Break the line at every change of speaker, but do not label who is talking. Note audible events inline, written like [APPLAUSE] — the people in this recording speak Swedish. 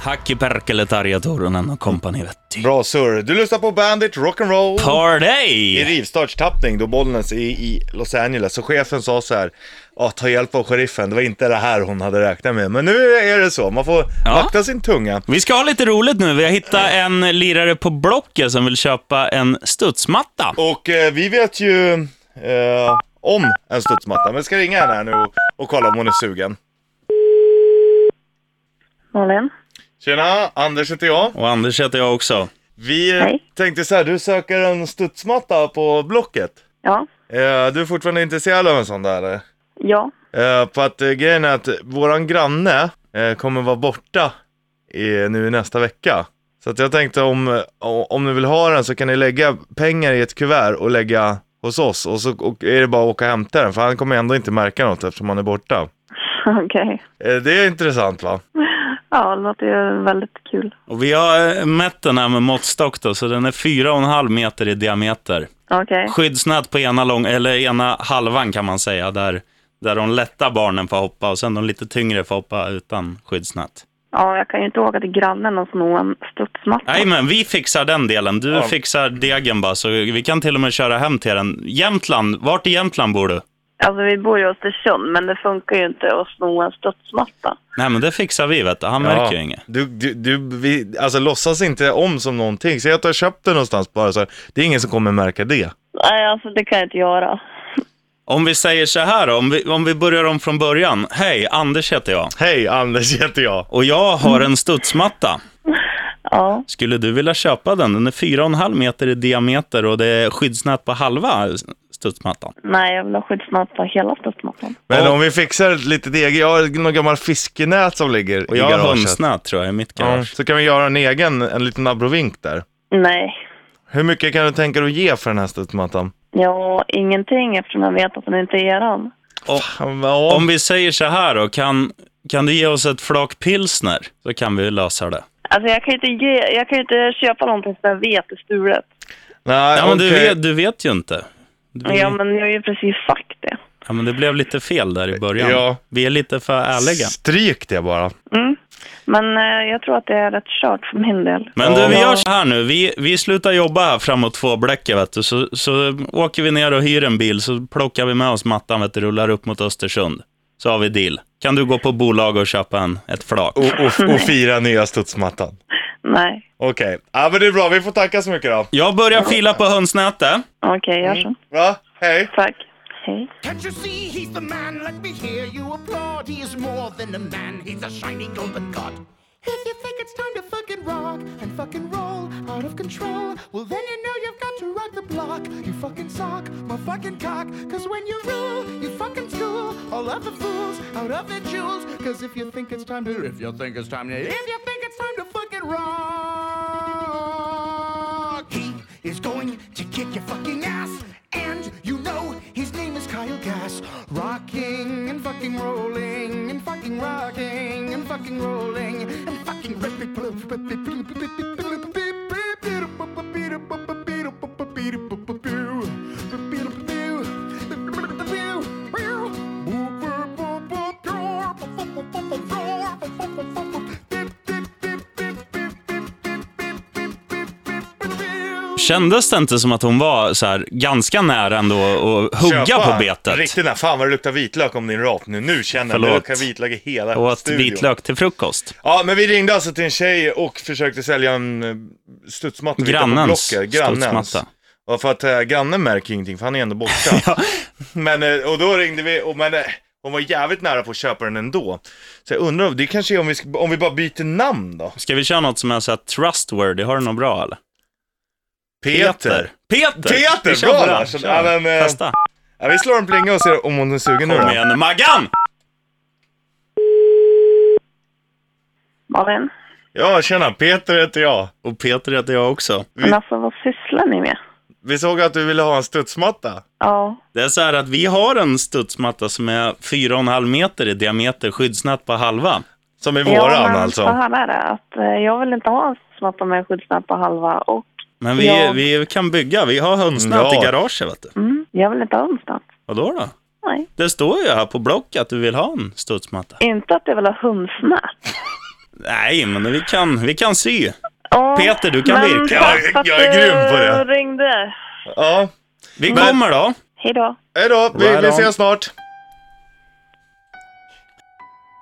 Hacki perkele Tarjaturunen och kompani vet du.
Bra surr. Du lyssnar på Bandit Rock'n'Roll. I
Party!
rivstartstappning då Bollnäs i, i Los Angeles. Så chefen sa så här, "Ja, ta hjälp av sheriffen. Det var inte det här hon hade räknat med. Men nu är det så. Man får
Ja.
vakta sin tunga.
Vi ska ha lite roligt nu. Vi har hittat en lirare på Blocket som vill köpa en studsmatta.
Och eh, vi vet ju eh, om en studsmatta. Men jag ska ringa henne här nu och, och kolla om hon är sugen.
Malin?
Tjena, Anders heter jag.
Och Anders heter jag också.
Vi eh,
Hej.
tänkte så här, du söker en studsmatta på Blocket.
Ja.
Eh, du är fortfarande intresserad av en sån där eller?
Ja. [LAUGHS]
Eh, för att eh, grejen är att våran granne eh, kommer vara borta i, nu i nästa vecka. Så att jag tänkte om, eh, o- om ni vill ha den så kan ni lägga pengar i ett kuvert och lägga hos oss och så och är det bara att åka och hämta den för han kommer ändå inte märka något eftersom han är borta.
Okej.
Eh, det är intressant va?
Ja, det låter ju väldigt kul.
Och vi har eh, mätt den här med måttstock då, så den är 4,5 meter i diameter.
Okej.
Skyddsnät på ena, lång, eller ena halvan kan man säga, där, där de lätta barnen får hoppa och sen de lite tyngre får hoppa utan skyddsnät.
Ja, jag kan ju inte åka till grannen och sno en studsmatta.
Nej men vi fixar den delen. Du fixar degen bara, så vi kan till och med köra hem till den. Jämtland, vart i Jämtland bor du?
Alltså, vi bor ju i Östersund, men det funkar ju inte att sno en studsmatta.
Nej men det fixar vi vet du, han märker ju inget.
Du, du, du vi, alltså låtsas inte om som någonting. Säg att du har köpt den någonstans bara så här, det är ingen som kommer märka det.
Nej, alltså det kan jag inte göra.
Om vi säger så här då, om vi, om vi börjar om från början. Hej, Anders heter jag.
Hej, Anders [LAUGHS] heter jag.
Och jag har en studsmatta.
Ja.
Skulle du vilja köpa den? Den är 4,5 meter i diameter och det är skyddsnät på halva studsmattan.
Nej, jag vill ha skyddsmatta, hela studsmattan.
Men
Ja.
om vi fixar ett litet eget, jag har någon gammal fiskenät som ligger
Och
i
jag har
garaget.
hönsnät tror jag i mitt
Ja,
garage.
så kan vi göra en egen, en liten abrovink där.
Nej.
Hur mycket kan du tänka dig att ge för den här studsmattan?
Ja, ingenting eftersom jag vet att den inte är eran.
Fan, Ja,
Om vi säger så här då, kan, kan du ge oss ett flak pilsner? Så kan vi lösa det.
Alltså jag kan ju inte, ge, jag kan ju inte köpa någonting som jag vet är stulet.
Nej,
Ja, men du,
okej.
vet, du vet ju inte. Du,
Ja, men jag har ju precis sagt det.
ja, men det blev lite fel där i början.
Eh, Ja.
Vi är lite för ärliga.
Stryk det bara.
Men eh, jag tror att det är rätt kört för min del.
Men du, vi
Ja.
gör så här nu. Vi, vi slutar jobba här framåt två bläcket, vet du. Så, så åker vi ner och hyr en bil, så plockar vi med oss mattan, vet du, rullar upp mot Östersund. Så har vi deal. Kan du gå på bolag och köpa en, ett flak?
Och, och,
Mm.
och fira nya studsmattan.
Nej,
Okej, ja men det är bra, vi får tacka så mycket då.
Jag börjar fila på hönsnätet.
okej, gör så.
Va? Hej.
Tack. Hej.
Can't you see he's the man? Let me hear you applaud. He is more than a man, he's a shiny golden god. If you think it's time to fucking rock and fucking roll out of control, well then you know you've got to rock the block. You fucking sock, my fucking cock. Cause when you rule, you fucking school all of the fools out of their jewels. Cause if you think it's time to, if you think it's time to, if you think it's time to fucking rock, he is going to kick your fucking ass. And you know his name is Kyle Gas. Rocking and fucking rolling and fucking rocking and fucking rolling and fucking
Kändes det inte som att hon var så här, ganska nära ändå att hugga
Köpa
på betet?
Riktigt där. Fan vad det luktar vitlök om din rap nu. Nu känner jag att det
Förlåt.
luktar vitlök i hela
Och att
studion.
vitlök till frukost.
Ja, men vi ringde alltså till en tjej och försökte sälja en eh, studsmatta. vi hittade på
Grannens
Blocket. Grannens.
studsmatta.
Ja, för att äh, grannen märker ingenting, för han är
[LAUGHS]
ändå borta. Men, eh, och då ringde vi, och men, eh, hon var jävligt nära på att köpa den ändå. Så jag undrar, om- det kanske är om vi, ska- om vi bara byter namn då?
Ska vi köra något som är så här trustworthy? Har du något bra eller? Peter!
Peter,
Vi kör
bra,
på den.
Larsson.
Kör.
Ja, men, eh,
Testa.
Ja, vi slår en plinga och ser om hon är sugen nu
Kom
då.
igen Maggan!
Malin?
Ja, tjena, Peter heter jag.
Och Peter heter jag också.
Men alltså vad sysslar ni med?
Vi såg att du ville ha en studsmatta.
Ja,
Det är så här att vi har en studsmatta som är 4,5 meter i diameter, skyddsnät på halva.
Som i
ja
våran
men
alltså.
så här är det. Att, eh, jag vill inte ha en studsmatta med skyddsnät på halva och
Men vi,
Ja.
vi kan bygga, vi har hönsnät
Ja.
i garaget vet du.
mm, jag vill inte ha hundsnät.
Vadå då?
Nej,
Det står ju här på block att du vill ha en studsmatta.
inte att jag vill ha hundsnät.
Nej, men vi kan, vi kan sy.
Ja,
Peter, du kan
men
virka.
tack
Jag-
för att
jag är grym på det.
du ringde.
Ja,
Vi kommer då.
Hej då.
hej då. Vi, vi
Right on.
ses snart.